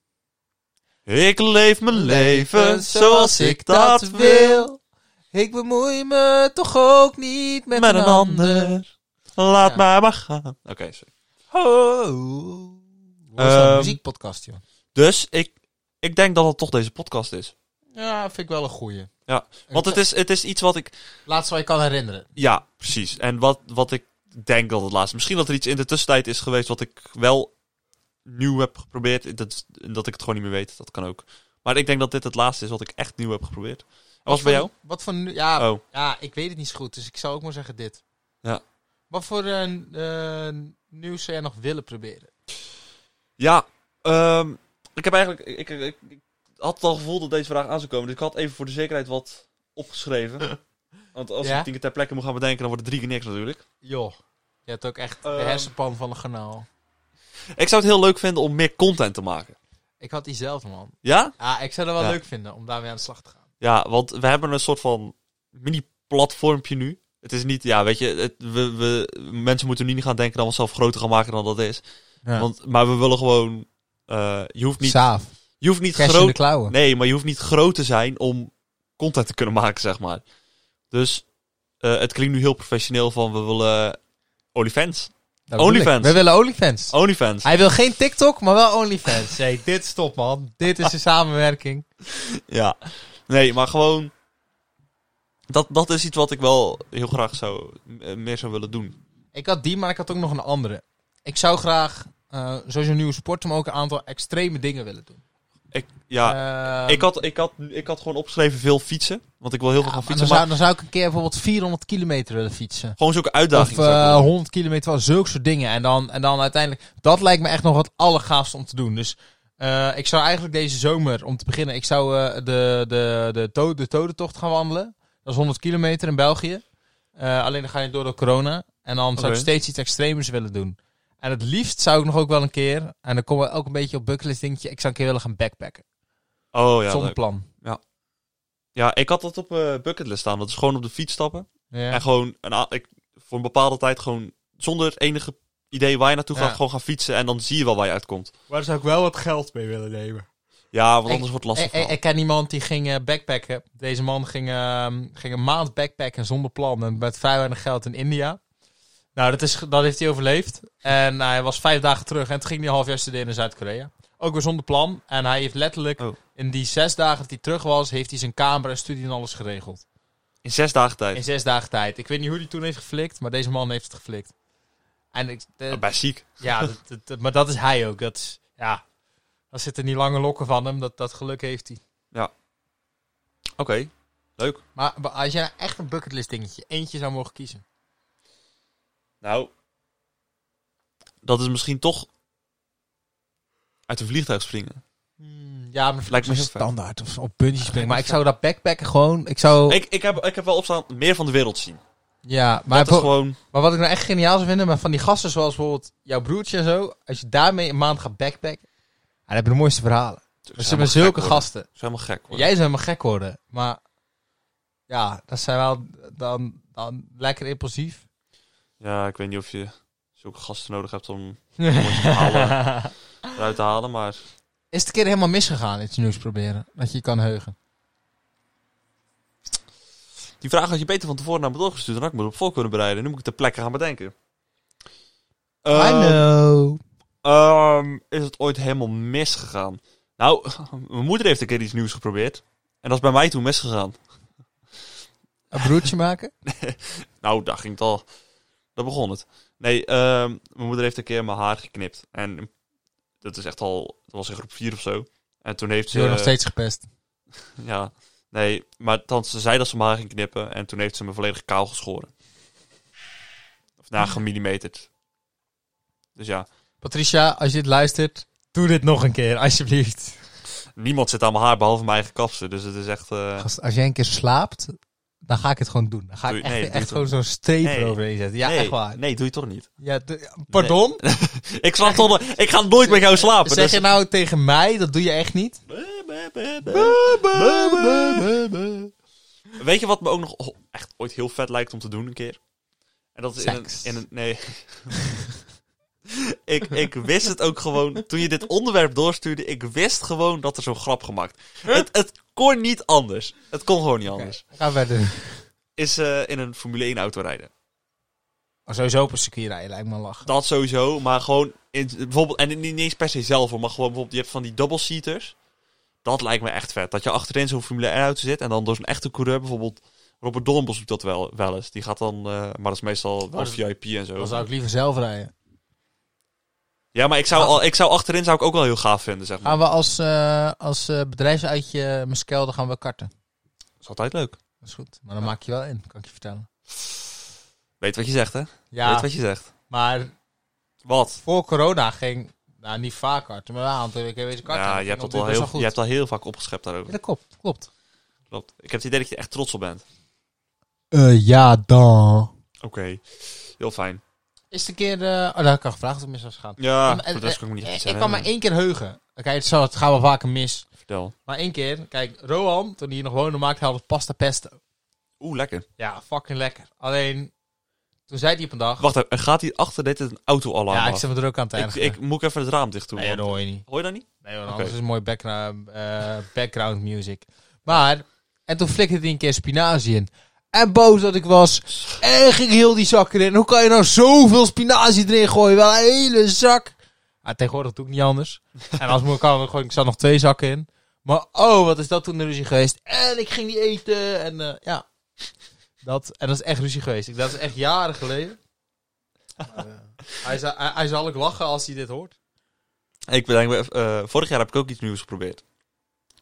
S2: Ik leef mijn leven zoals ik dat wil.
S1: Ik bemoei me toch ook niet met,
S2: Met een ander. Laat
S1: Ja.
S2: maar maar gaan. Oké, sorry. Oh.
S1: Dat is wel
S2: Ehm,
S1: een muziekpodcast, joh.
S2: Dus ik, ik denk dat het toch deze podcast is.
S1: Ja, vind ik wel een goeie.
S2: Ja, want het is, het is iets wat ik...
S1: Laatste wat je kan herinneren.
S2: Ja, precies. En wat, wat ik denk dat het laatste... Misschien dat er iets in de tussentijd is geweest wat ik wel nieuw heb geprobeerd. Dat, dat ik het gewoon niet meer weet. Dat kan ook. Maar ik denk dat dit het laatste is wat ik echt nieuw heb geprobeerd. En wat was bij jou?
S1: Wat voor... nu- Ja,
S2: Oh,
S1: ja, ik weet het niet zo goed, dus ik zou ook maar zeggen dit.
S2: Ja.
S1: Wat voor eh, eh, nieuws zou jij nog willen proberen?
S2: ja. ehm, ik heb eigenlijk... Ik, ik, ik- ik had het al gevoel dat deze vraag aan zou komen. Dus ik had even voor de zekerheid wat [laughs] opgeschreven. Want als
S1: Ja?
S2: ik tien keer ter plekke moet gaan bedenken, dan wordt het drie keer niks natuurlijk.
S1: Joh, je hebt ook echt de
S2: Ehm.
S1: hersenpan van een garnaal.
S2: Ik zou het heel leuk vinden om meer content te maken.
S1: Ik had die zelf, man.
S2: Ja?
S1: Ja, ik zou dat wel
S2: Ja.
S1: leuk vinden om daarmee aan de slag te gaan.
S2: Ja, want we hebben een soort van mini-platformpje nu. Het is niet, ja, weet je, het- we, we, mensen moeten nu niet gaan denken dat we onszelf groter gaan maken dan dat is. Want, maar we willen gewoon, eh, je hoeft niet,
S1: Saaf,
S2: je hoeft niet
S1: cash in de
S2: groot,
S1: klauwen.
S2: nee, maar je hoeft niet groot te zijn om content te kunnen maken, zeg maar. Dus eh, het klinkt nu heel professioneel van we willen OnlyFans.
S1: Dat bedoel ik.
S2: Onlyfans.
S1: We
S2: Oh.
S1: willen OnlyFans.
S2: OnlyFans.
S1: Hij wil geen TikTok, maar wel OnlyFans. Hey, dit stop, man. Dit is een samenwerking.
S2: Ja. Nee, maar gewoon. Dat, dat is iets wat ik wel heel graag zou, eh, meer zou willen doen.
S1: Ik had die, maar ik had ook nog een andere. Ik zou graag eh, sowieso een nieuwe sport, maar ook een aantal extreme dingen willen doen.
S2: Ik, ja,
S1: Ehm,
S2: ik, had, ik, had, ik had gewoon opgeschreven veel fietsen. Want ik wil heel
S1: ja,
S2: veel gaan
S1: maar
S2: fietsen.
S1: dan, zou, dan
S2: maar
S1: zou ik een keer bijvoorbeeld 400 kilometer willen fietsen.
S2: gewoon zulke
S1: Of
S2: uitdagingen.
S1: eh,
S2: zou ik willen.
S1: 100 kilometer, wel, zulke soort dingen. En dan, en dan uiteindelijk, dat lijkt me echt nog het allergaafste om te doen. Dus eh, ik zou eigenlijk deze zomer, om te beginnen, ik zou eh, de, de, de, to de Todentocht gaan wandelen. Dat is 100 kilometer in België. Eh, alleen dan ga je door door corona. En dan zou
S2: Oké.
S1: ik steeds iets extremers willen doen. En het liefst zou ik nog ook wel een keer, en dan komen we ook een beetje op bucketlist dingetje, ik zou een keer willen gaan backpacken.
S2: oh ja,
S1: zonder
S2: leuk.
S1: plan.
S2: ja, ik had dat op eh bucketlist staan. Dat is gewoon op de fiets stappen.
S1: Ja.
S2: En gewoon een, a- ik, voor een bepaalde tijd gewoon zonder enige idee waar je naartoe
S1: Ja.
S2: gaat, gewoon gaan fietsen. En dan zie je wel waar je uitkomt.
S1: Waar zou ik wel wat geld mee willen nemen?
S2: Ja, want
S1: Ik-
S2: anders wordt het
S1: Ik,
S2: lastig.
S1: ik,
S2: verhaal.
S1: Eh, ik ken iemand die ging eh, backpacken. Deze man ging, ehm, ging een maand backpacken zonder plan en met vrij weinig geld in India. Nou, dat, is, dat heeft hij overleefd. En hij was vijf dagen terug en toen ging hij een half jaar studeren in Zuid-Korea. Ook weer zonder plan. En hij heeft letterlijk
S2: Oh.
S1: in die zes dagen dat hij terug was, heeft hij zijn kamer en studie en alles geregeld.
S2: In zes dagen tijd.
S1: In zes dagen tijd. Ik weet niet hoe hij toen heeft geflikt, maar deze man heeft het geflikt. En ik, de-
S2: Ah, Bij ziek.
S1: ja, dat, dat- dat- maar dat is hij ook. Dat is, ja, daar zitten die lange lokken van hem. Dat, dat geluk heeft hij.
S2: Oké, leuk.
S1: Maar maar als jij nou echt een bucketlist dingetje, eentje zou mogen kiezen.
S2: Nou, dat is misschien toch uit een vliegtuig springen.
S1: Hm, ja, maar
S2: Lijkt me heel vet.
S1: standaard of op puntjes springen. Maar ik zou dat backpacken gewoon. Ik zou.
S2: Ik, ik, heb, ik heb wel opstaan meer van de wereld zien.
S1: ja, maar,
S2: Dat is
S1: voor-
S2: gewoon...
S1: maar wat ik nou echt geniaal zou vinden, maar van die gasten zoals bijvoorbeeld jouw broertje en zo, als je daarmee een maand gaat backpacken, ja, dan heb je de mooiste verhalen. Dat zijn maar zulke gasten.
S2: Dat is helemaal gek. Hoor.
S1: Jij zou helemaal gek worden, maar ja, dat zijn wel dan, dan lekker impulsief.
S2: Ja, ik weet niet of je zulke gasten nodig hebt
S1: [laughs]
S2: om verhalen. eruit te halen, maar...
S1: Is het een keer helemaal misgegaan, iets nieuws proberen, dat je je kan heugen?
S2: Die vraag had je beter van tevoren naar me doorgestuurd. Dan had ik me erop voor kunnen bereiden. Nu moet ik ter plekke gaan bedenken.
S1: I
S2: Ehm,
S1: know.
S2: Ehm, is het ooit helemaal misgegaan? Nou, [laughs] mijn moeder heeft een keer iets nieuws geprobeerd. En dat is bij mij toen misgegaan.
S1: Een broertje maken?
S2: Nou, daar ging het al. Daar begon het. Nee, ehm, mijn moeder heeft een keer mijn haar geknipt. En dat is echt al... Dat was in groep 4 of zo. En toen heeft
S1: Ze
S2: ze...
S1: worden nog steeds gepest.
S2: Ja, nee. Maar dan, ze zei dat ze mijn haar ging knippen. En toen heeft ze me volledig kaal geschoren. Of na gemillimeterd. Dus ja,
S1: Patricia, als je dit luistert, doe dit nog een keer, alsjeblieft.
S2: niemand zit aan mijn haar behalve mijn eigen kapster. Dus het is echt... eh,
S1: Gast, als jij een keer slaapt, dan ga ik het gewoon doen. Dan ga
S2: Doe
S1: ik
S2: je-
S1: echt,
S2: nee, doe je
S1: echt
S2: toch
S1: gewoon zo'n streep
S2: Nee.
S1: eroverheen zetten. Ja,
S2: nee,
S1: echt waar.
S2: Nee, doe je toch niet.
S1: Ja, de- pardon?
S2: Ik slaap toch nog- Ik ga nooit met jou slapen. dus-
S1: Zeg je nou tegen mij, dat doe je echt niet?
S2: Weet je wat me ook nog oh, echt ooit heel vet lijkt om te doen een keer? En dat is in een,
S1: Seks.
S2: in een nee. [laughs] ik, ik wist het ook gewoon toen je dit onderwerp doorstuurde. Ik wist gewoon dat er zo'n grap gemaakt. Het, het kon niet anders. Het kon gewoon niet anders.
S1: Ga verder.
S2: Is eh, in een Formule 1 auto rijden.
S1: Maar sowieso op een circuit rijden lijkt me een lach.
S2: Dat sowieso, maar gewoon in, bijvoorbeeld, en niet eens per se zelf, hoor, maar gewoon bijvoorbeeld, je hebt van die double seaters. Dat lijkt me echt vet. Dat je achterin zo'n Formule 1 auto zit en dan door zo'n echte coureur, bijvoorbeeld Robert Dorenbos doet dat wel, wel eens. Die gaat dan, eh, maar dat is meestal wel
S1: Oh, dat-
S2: VIP en zo.
S1: Dan zou ik Ah. liever zelf rijden.
S2: Ja, maar ik zou, al, ik zou achterin zou ik ook wel heel gaaf vinden, zeg maar.
S1: Gaan we als, eh als eh, bedrijfsuitje Muskel, dan gaan we karten.
S2: Dat is altijd leuk.
S1: Dat is goed. Maar dan maak je wel in, kan ik je vertellen.
S2: Weet wat je zegt, hè? Weet
S1: Ja,
S2: wat je zegt.
S1: maar
S2: Wat?
S1: voor corona ging... Nou, niet vaak karten, maar aan twee weken wezen karten.
S2: Ja, je
S1: Ging
S2: hebt,
S1: op
S2: dat
S1: dit
S2: al
S1: best
S2: heel,
S1: goed.
S2: je hebt al heel vaak opgeschept daarover.
S1: Ja, dat klopt, klopt.
S2: Klopt. Ik heb het idee dat je er echt trots op bent.
S1: Eh, ja, dan.
S2: Oké. Heel fijn.
S1: Is het een keer... eh oh, daar heb ik al gevraagd of het mis was gegaan.
S2: Ja,
S1: En- en-
S2: voor de rest kan ik me niet echt iets
S1: eh, Ik kan
S2: herinneren.
S1: maar één keer heugen. Kijk, het, zal- het gaat wel vaker mis.
S2: Vertel.
S1: Maar één keer, kijk, Rohan, toen hij hier nog woonde, maakte altijd pasta pesto.
S2: Oeh, lekker.
S1: Ja, fucking lekker. Alleen, toen zei hij op een dag...
S2: Wacht even, er gaat hier achter dit een autoalarm
S1: ja, ik
S2: af?
S1: zit me er ook aan het
S2: ik,
S1: ergeren.
S2: ik moet ik even het raam dicht doen.
S1: nee,
S2: want-
S1: dat hoor je niet.
S2: Hoor je dat niet?
S1: Nee, want
S2: Oké.
S1: anders is het mooi background, eh, background music. Maar, en toen flikkerde hij een keer spinazie in. En boos dat ik was. En ging heel die zak erin. Hoe kan je nou zoveel spinazie erin gooien? Wel een hele zak. Ah, tegenwoordig doe ik niet anders. En als moet kan, dan gooi ik zat nog twee zakken in. Maar oh, wat is dat toen een ruzie geweest? En ik ging niet eten. En eh, ja, dat, en dat is echt ruzie geweest. Ik- Dat is echt jaren geleden. Maar, eh, hij, zal, hij, hij zal ook lachen als hij dit hoort.
S2: Ik bedenk me, eh, vorig jaar heb ik ook iets nieuws geprobeerd.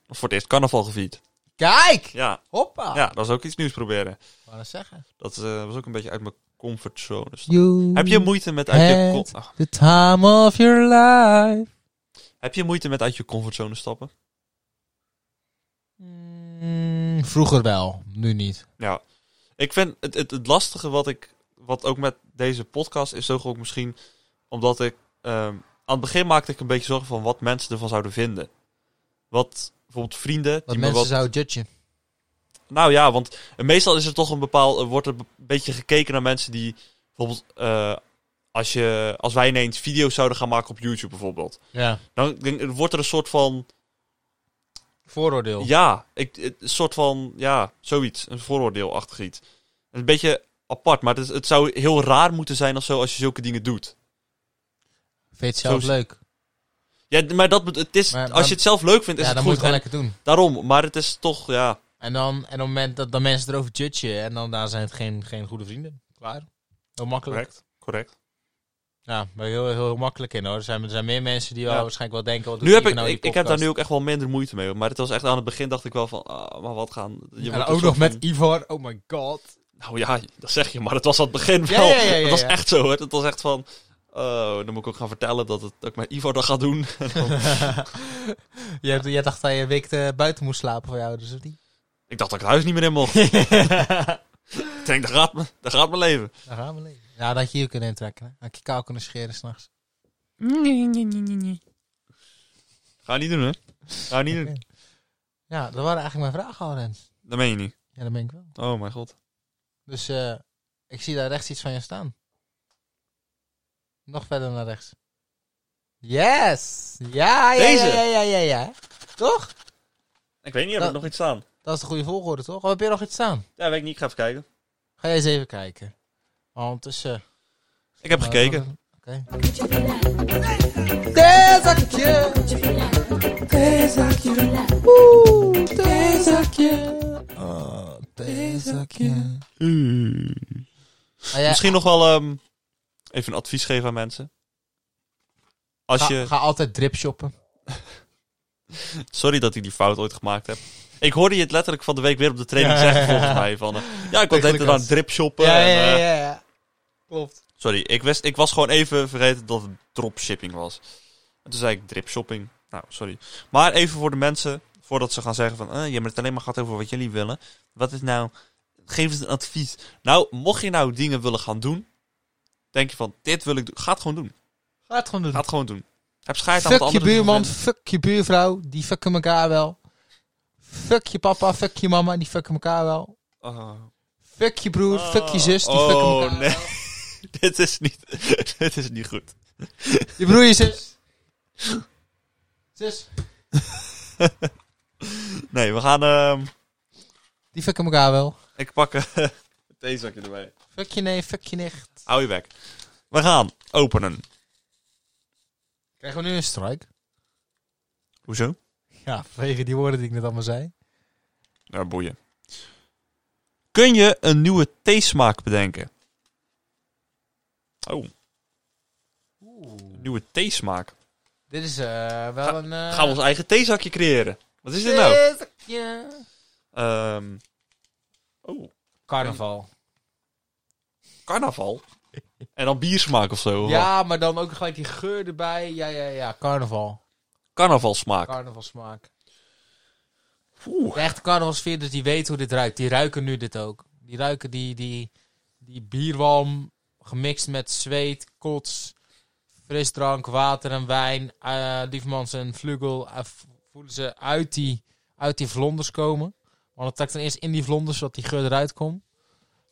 S2: Voor het eerst carnaval gevierd.
S1: Kijk!
S2: Ja,
S1: Hoppa!
S2: ja, dat was ook iets nieuws proberen.
S1: Wou dat zeggen?
S2: Dat eh, was ook een beetje uit mijn comfortzone. Dus
S1: You
S2: Heb je moeite met uit je...
S1: Het-
S2: com- Ah,
S1: the time of your life.
S2: heb je moeite met uit je comfortzone stappen?
S1: Mm, vroeger wel, nu niet.
S2: Ja, ik vind het, het, het lastige wat ik, wat ook met deze podcast is, toch ook misschien omdat ik ehm, aan het begin maakte ik een beetje zorgen van wat mensen ervan zouden vinden. Wat bijvoorbeeld vrienden.
S1: Wat
S2: me
S1: mensen
S2: wat-
S1: zouden judgen.
S2: Nou ja, want meestal is er toch een bepaald, wordt er een beetje gekeken naar mensen die bijvoorbeeld eh, als, je, als wij ineens video's zouden gaan maken op YouTube bijvoorbeeld,
S1: Ja.
S2: dan denk- wordt er een soort van
S1: Vooroordeel.
S2: Ja, ik, het- een soort van, ja, zoiets. Een vooroordeelachtig iets. Een beetje apart, maar het, is- het zou heel raar moeten zijn of zo als je zulke dingen doet.
S1: Vind je het zelf
S2: Zo-
S1: leuk?
S2: Ja, d- maar dat, moet- het is,
S1: Maar- maar-
S2: als je het zelf leuk vindt, is
S1: Ja,
S2: het
S1: dan moet je
S2: goed.
S1: het gewoon
S2: En
S1: lekker doen.
S2: daarom, maar het is toch, ja.
S1: En dan, en op het moment dat dan mensen erover judgen, en dan daar zijn het geen, geen goede vrienden. Klaar. Heel makkelijk.
S2: correct.
S1: Ja, maar heel, heel, heel makkelijk in hoor. Er zijn, er zijn meer mensen die wel
S2: Ja.
S1: waarschijnlijk wel denken, wat doet
S2: Nu heb
S1: die
S2: ik,
S1: nou in
S2: ik,
S1: die
S2: ik heb daar
S1: podcast?
S2: nu ook echt wel minder moeite mee. Maar het was echt aan het begin dacht ik wel van, ah, maar wat gaan... je wordt
S1: En
S2: een
S1: ook
S2: soort
S1: nog met
S2: van-
S1: Ivor, oh my god.
S2: Nou ja, dat zeg je, maar het was aan het begin
S1: Ja,
S2: wel.
S1: ja, ja, ja,
S2: het was
S1: ja.
S2: echt zo, hè. Het was echt van... Oh, dan moet ik ook gaan vertellen dat, het, dat ik met Ivo dat ga doen. [laughs]
S1: Jij, jij dacht dat je een week eh, buiten moest slapen voor jou, dus of
S2: [laughs]
S1: niet?
S2: ik dacht dat ik het huis niet meer in mocht. Ik denk, daar gaat, me- daar gaat mijn leven.
S1: Daar gaan we leven. Ja, dat had je hier kunnen intrekken. Hè? Had je kaal kunnen scheren s'nachts.
S2: Ga je niet doen, hè? Ga je niet
S1: [laughs]
S2: doen.
S1: Ja, dat waren eigenlijk mijn vragen al, Rens.
S2: Dat meen je niet.
S1: Ja, dat ben ik wel.
S2: Oh, mijn god.
S1: Dus eh, ik zie daar rechts iets van je staan. Nog verder naar rechts. Yes! Ja, ja,
S2: Deze?
S1: ja, ja, ja, ja. Toch?
S2: Ik weet niet, heb
S1: Dat-
S2: ik nog iets staan?
S1: Dat is de goede volgorde, toch? Of heb je nog iets staan?
S2: Ja, weet ik niet. Ik ga even kijken.
S1: Ga jij eens even kijken. Ondertussen...
S2: Ik heb gekeken.
S1: Oké. Theezakje! Theezakje! Oeh, theezakje! Oh, theezakje. Ah, ja,
S2: Misschien nog wel ehm, even een advies geven aan mensen. Als
S1: ga,
S2: je...
S1: ga altijd drip shoppen.
S2: Sorry dat ik die fout ooit gemaakt heb. Ik hoorde je het letterlijk van de week weer op de training
S1: Ja,
S2: zeggen,
S1: ja, ja.
S2: volgens mij. Van, eh, ja, ik was
S1: Tegen
S2: de hele
S1: de
S2: tijd aan
S1: kast.
S2: het dripshoppen. en, eh,
S1: ja. Klopt.
S2: Sorry, ik, wist, ik was gewoon even vergeten dat het dropshipping was. En toen zei ik dripshopping. Nou, sorry. Maar even voor de mensen, voordat ze gaan zeggen van... eh, je hebt het alleen maar gehad over wat jullie willen. Wat is nou... Geef eens een advies. Nou, mocht je nou dingen willen gaan doen... Denk je van, dit wil ik doen. Ga het gewoon doen.
S1: Ga het gewoon doen.
S2: Ga het gewoon doen. Heb schijt aan wat
S1: fuck je
S2: anderen ervan
S1: buurman,
S2: vinden.
S1: fuck je buurvrouw, die fucken elkaar wel. Fuck je papa, fuck je mama, die fucken elkaar wel.
S2: Oh. [laughs]
S1: Fuck je broer, fuck je zus, die
S2: Oh,
S1: fucken elkaar
S2: nee.
S1: wel.
S2: dit, is niet, [laughs] dit is niet goed.
S1: Je broer, je
S2: [laughs]
S1: zus. zus.
S2: Nee, we gaan... ehm,
S1: Die fucken elkaar wel.
S2: ik pak eh, [laughs]
S3: theezakje erbij.
S1: Fuck je nee, fuck je nicht.
S2: Hou je bek. We gaan openen.
S1: Krijgen we nu een strike?
S2: Hoezo?
S1: Ja, vanwege die woorden die ik net allemaal zei.
S2: Ja, Nou, boeien. Kun je een nieuwe theesmaak bedenken? Oh. Een nieuwe theesmaak.
S1: Dit is eh, wel
S2: Ga-
S1: een... eh,
S2: Gaan we ons eigen theezakje creëren? Wat is dit nou?
S1: theezakje.
S2: Ehm oh,
S1: Carnaval.
S2: carnaval. En dan biersmaak of zo. of wat?
S1: Ja, maar dan ook gelijk die geur erbij. Ja, ja, ja. Carnaval.
S2: Carnavalsmaak.
S1: Carnavalsmaak.
S2: Oeh.
S1: De echte carnavalsfeer, dus die weten hoe dit ruikt. Die ruiken nu dit ook. Die ruiken die, die, die bierwalm gemixt met zweet, kots, frisdrank, water en wijn. eh Diefmans en Vlugel eh, v- voelen ze uit die, uit die vlonders komen. Want het trekt dan eerst in die vlonders, zodat die geur eruit komt.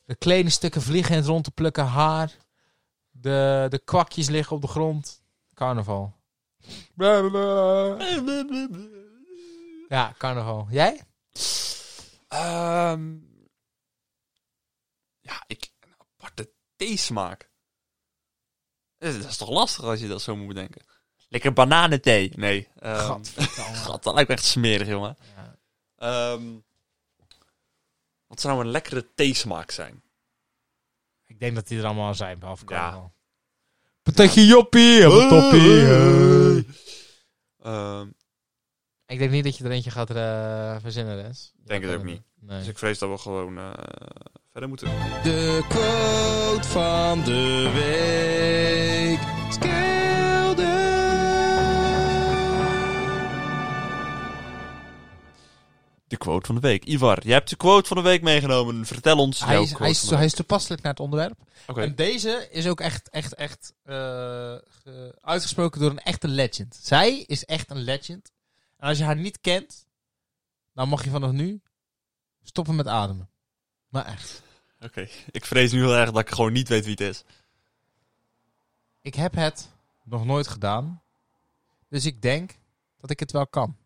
S1: De kleine stukken vliegen in het rond te plukken haar. De, de kwakjes liggen op de grond. Carnaval. Ja, carnaval. Jij?
S2: Ehm, ja, ik, een aparte theesmaak. Dat is dat is toch lastig als je dat zo moet bedenken. Lekker bananenthee. Nee. ehm,
S1: Gadverdamme.
S2: gat, dat lijkt me echt smerig, jongen.
S1: Ja.
S2: Ehm, wat zou nou een lekkere theesmaak zijn?
S1: Ik denk dat die er allemaal al zijn, behalve
S2: Ja.
S1: carnaval. Patatje joppie,
S2: Hey,
S1: wat toppie.
S2: hey.
S1: hey.
S2: Eh, Ehm,
S1: Ik denk niet dat je er eentje gaat eh, verzinnen, Rens.
S2: Denk het ook niet.
S1: Nee.
S2: dus ik vrees dat we gewoon eh, verder moeten.
S5: De quote van de week. Skelder.
S2: De quote van de week. Ivar, jij hebt de quote van de week meegenomen. Vertel ons
S1: Hij
S2: jouw
S1: is,
S2: quote
S1: hij, is,
S2: van de
S1: hij
S2: week.
S1: is toepasselijk naar het onderwerp.
S2: Oké.
S1: En deze is ook echt, echt, echt eh, ge- uitgesproken door een echte legend. Zij is echt een legend. En als je haar niet kent, dan mag je vanaf nu stoppen met ademen. Maar echt.
S2: Oké, ik vrees nu heel erg dat ik gewoon niet weet wie het is.
S1: Ik heb het nog nooit gedaan. Dus ik denk dat ik het wel kan.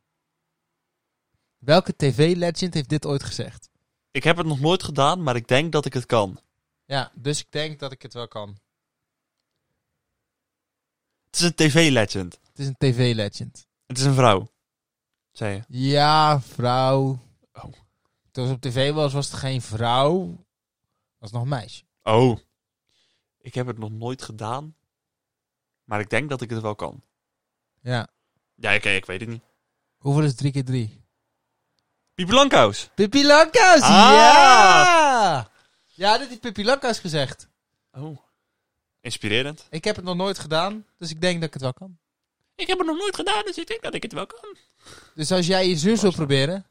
S1: Welke tv-legend heeft dit ooit gezegd?
S2: Ik heb het nog nooit gedaan, maar ik denk dat ik het kan.
S1: Ja, dus ik denk dat ik het wel kan.
S2: Het is een tv-legend.
S1: Het is een tv-legend.
S2: Het is een vrouw. Zei je.
S1: Ja, vrouw.
S2: Oh.
S1: Toen ze op tv was, was het geen vrouw. was nog een meisje.
S2: Oh. Ik heb het nog nooit gedaan, maar ik denk dat ik het wel kan.
S1: Ja.
S2: Ja, oké, ik weet het niet.
S1: Hoeveel is 3 keer 3?
S2: Piep Blankhuis.
S1: Pippi Lankhuis!
S2: Ah!
S1: Ja! Ja, dit heeft Pippi Lankhuis gezegd.
S2: Oh. Inspirerend.
S1: Ik heb het nog nooit gedaan, dus ik denk dat ik het wel kan.
S2: Ik heb het nog nooit gedaan, dus ik denk dat ik het wel kan.
S1: Dus als jij iets nieuws wil proberen,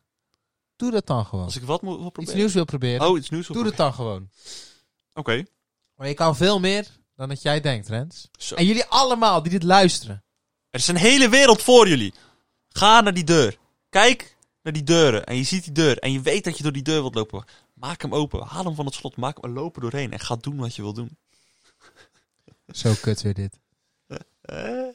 S1: doe dat dan gewoon.
S2: Als
S1: Als
S2: ik wat moet wil
S1: ik iets
S2: proberen.
S1: nieuws wil proberen,
S2: Oh, iets nieuws. wil
S1: doe dat
S2: proberen.
S1: dan gewoon.
S2: Oké.
S1: Maar je kan veel meer dan dat jij denkt, Rens.
S2: Zo.
S1: En jullie allemaal die dit luisteren.
S2: Er is een hele wereld voor jullie. Ga naar die deur. Kijk naar die deuren. En je ziet die deur. En je weet dat je door die deur wilt lopen. Maak hem open. Haal hem van het slot. Maak hem lopen doorheen. En ga doen wat je wil doen.
S1: Zo kut weer dit.
S2: Eh,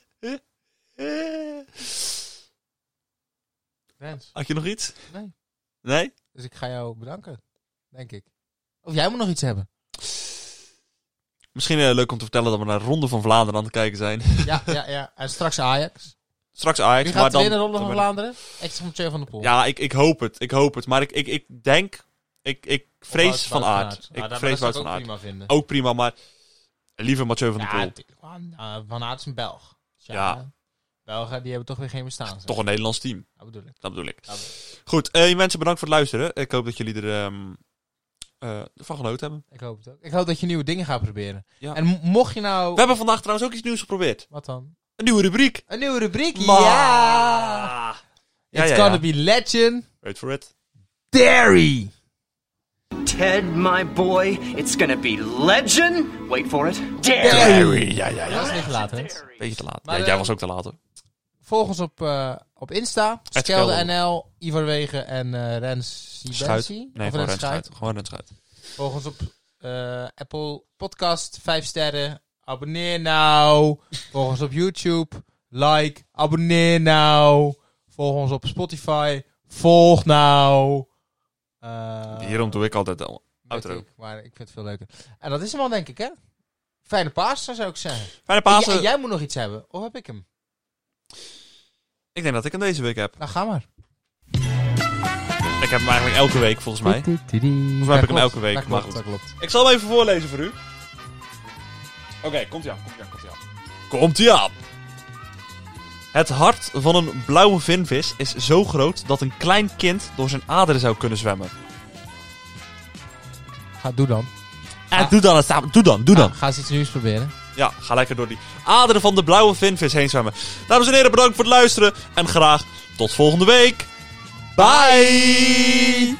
S1: Rens.
S2: Had je nog iets?
S1: Nee.
S2: Nee?
S1: Dus ik ga jou bedanken, denk ik. Of jij moet nog iets hebben.
S2: Misschien eh, leuk om te vertellen dat we naar Ronde van Vlaanderen aan het kijken zijn. [laughs]
S1: Ja, ja, ja. En straks Ajax.
S2: Straks Ajax.
S1: Wie
S2: maar
S1: gaat
S2: dan,
S1: winnen de Ronde
S2: dan
S1: van
S2: ben ik-
S1: Vlaanderen? Excelsior van de Poel.
S2: Ja, ik, ik hoop het. Ik hoop het. Maar ik, ik, ik denk... Ik, ik vrees van aard. Ik
S1: Wout Nou,
S2: vrees Wout van aard.
S1: prima vinden.
S2: Ook prima, maar... Liever Mathieu van der
S1: ja,
S2: Poel.
S1: natuurlijk. Van, eh, van Aert is een Belg. Dus ja.
S2: Ja.
S1: Belgen, die hebben toch weer geen bestaan. zeg.
S2: Toch een Nederlands team.
S1: Dat bedoel ik.
S2: Dat bedoel ik.
S1: Dat bedoel
S2: Goed, eh mensen, bedankt voor het luisteren. Ik hoop dat jullie er ehm, eh, van genoten hebben.
S1: Ik hoop het ook. Ik hoop dat je nieuwe dingen gaat proberen.
S2: Ja.
S1: En mo- mocht je nou...
S2: We hebben vandaag trouwens ook iets nieuws geprobeerd.
S1: Wat dan?
S2: Een nieuwe rubriek.
S1: Een nieuwe rubriek?
S2: Maar-
S1: Ja!
S2: Ja,
S1: It's
S2: ja,
S1: gonna
S2: ja.
S1: be legend.
S2: Wait for it.
S1: Dairy!
S4: Ted, my boy, it's gonna be legend. Wait for it. Dairy.
S2: Dairy, ja, ja, ja.
S1: Dat is niet gelaten, Rens.
S2: Beetje te laat.
S1: Maar,
S2: ja, jij
S1: eh,
S2: was ook te laat. hoor.
S1: Volg ons op, eh, op Insta.
S2: Skelde.
S1: Skelde NL, Ivar Wegen en eh Rens
S2: Schuit.
S1: Sibensi.
S2: Nee, gewoon Rens Schuit. Gewoon Rens Schuit.
S1: Volg ons op eh, Apple Podcast, 5 sterren. Abonneer nou. Volg ons op YouTube. Like, abonneer nou. Volg ons op Spotify. Volg nou. Eh,
S2: Ah. Hierom doe ik altijd al. Outro.
S1: weet ik, maar ik vind het veel leuker. En dat is hem al, denk ik, hè? Fijne Pasen, zou ik zeggen.
S2: Fijne
S1: En
S2: Pasen.
S1: j- jij moet nog iets hebben. Of heb ik hem?
S2: Ik denk dat ik hem deze week heb.
S1: Nou, ga maar.
S2: Ik heb hem eigenlijk elke week, volgens mij.
S1: Volgens
S2: mij heb ik hem elke week,
S1: Dat
S2: maar
S1: klopt, dat
S2: goed.
S1: klopt.
S2: Ik zal hem even voorlezen voor u. Oké, komt ie aan, komt ie aan, komt ie aan. Komt ie aan! Het hart van een blauwe vinvis is zo groot dat een klein kind door zijn aderen zou kunnen zwemmen.
S1: Ga, doe dan.
S2: Eh, doe dan, het staat- doe dan, doe dan.
S1: Ah, ga eens iets nieuws proberen.
S2: Ja, ga lekker door die aderen van de blauwe vinvis heen zwemmen. Dames en heren, bedankt voor het luisteren. En graag tot volgende week. Bye.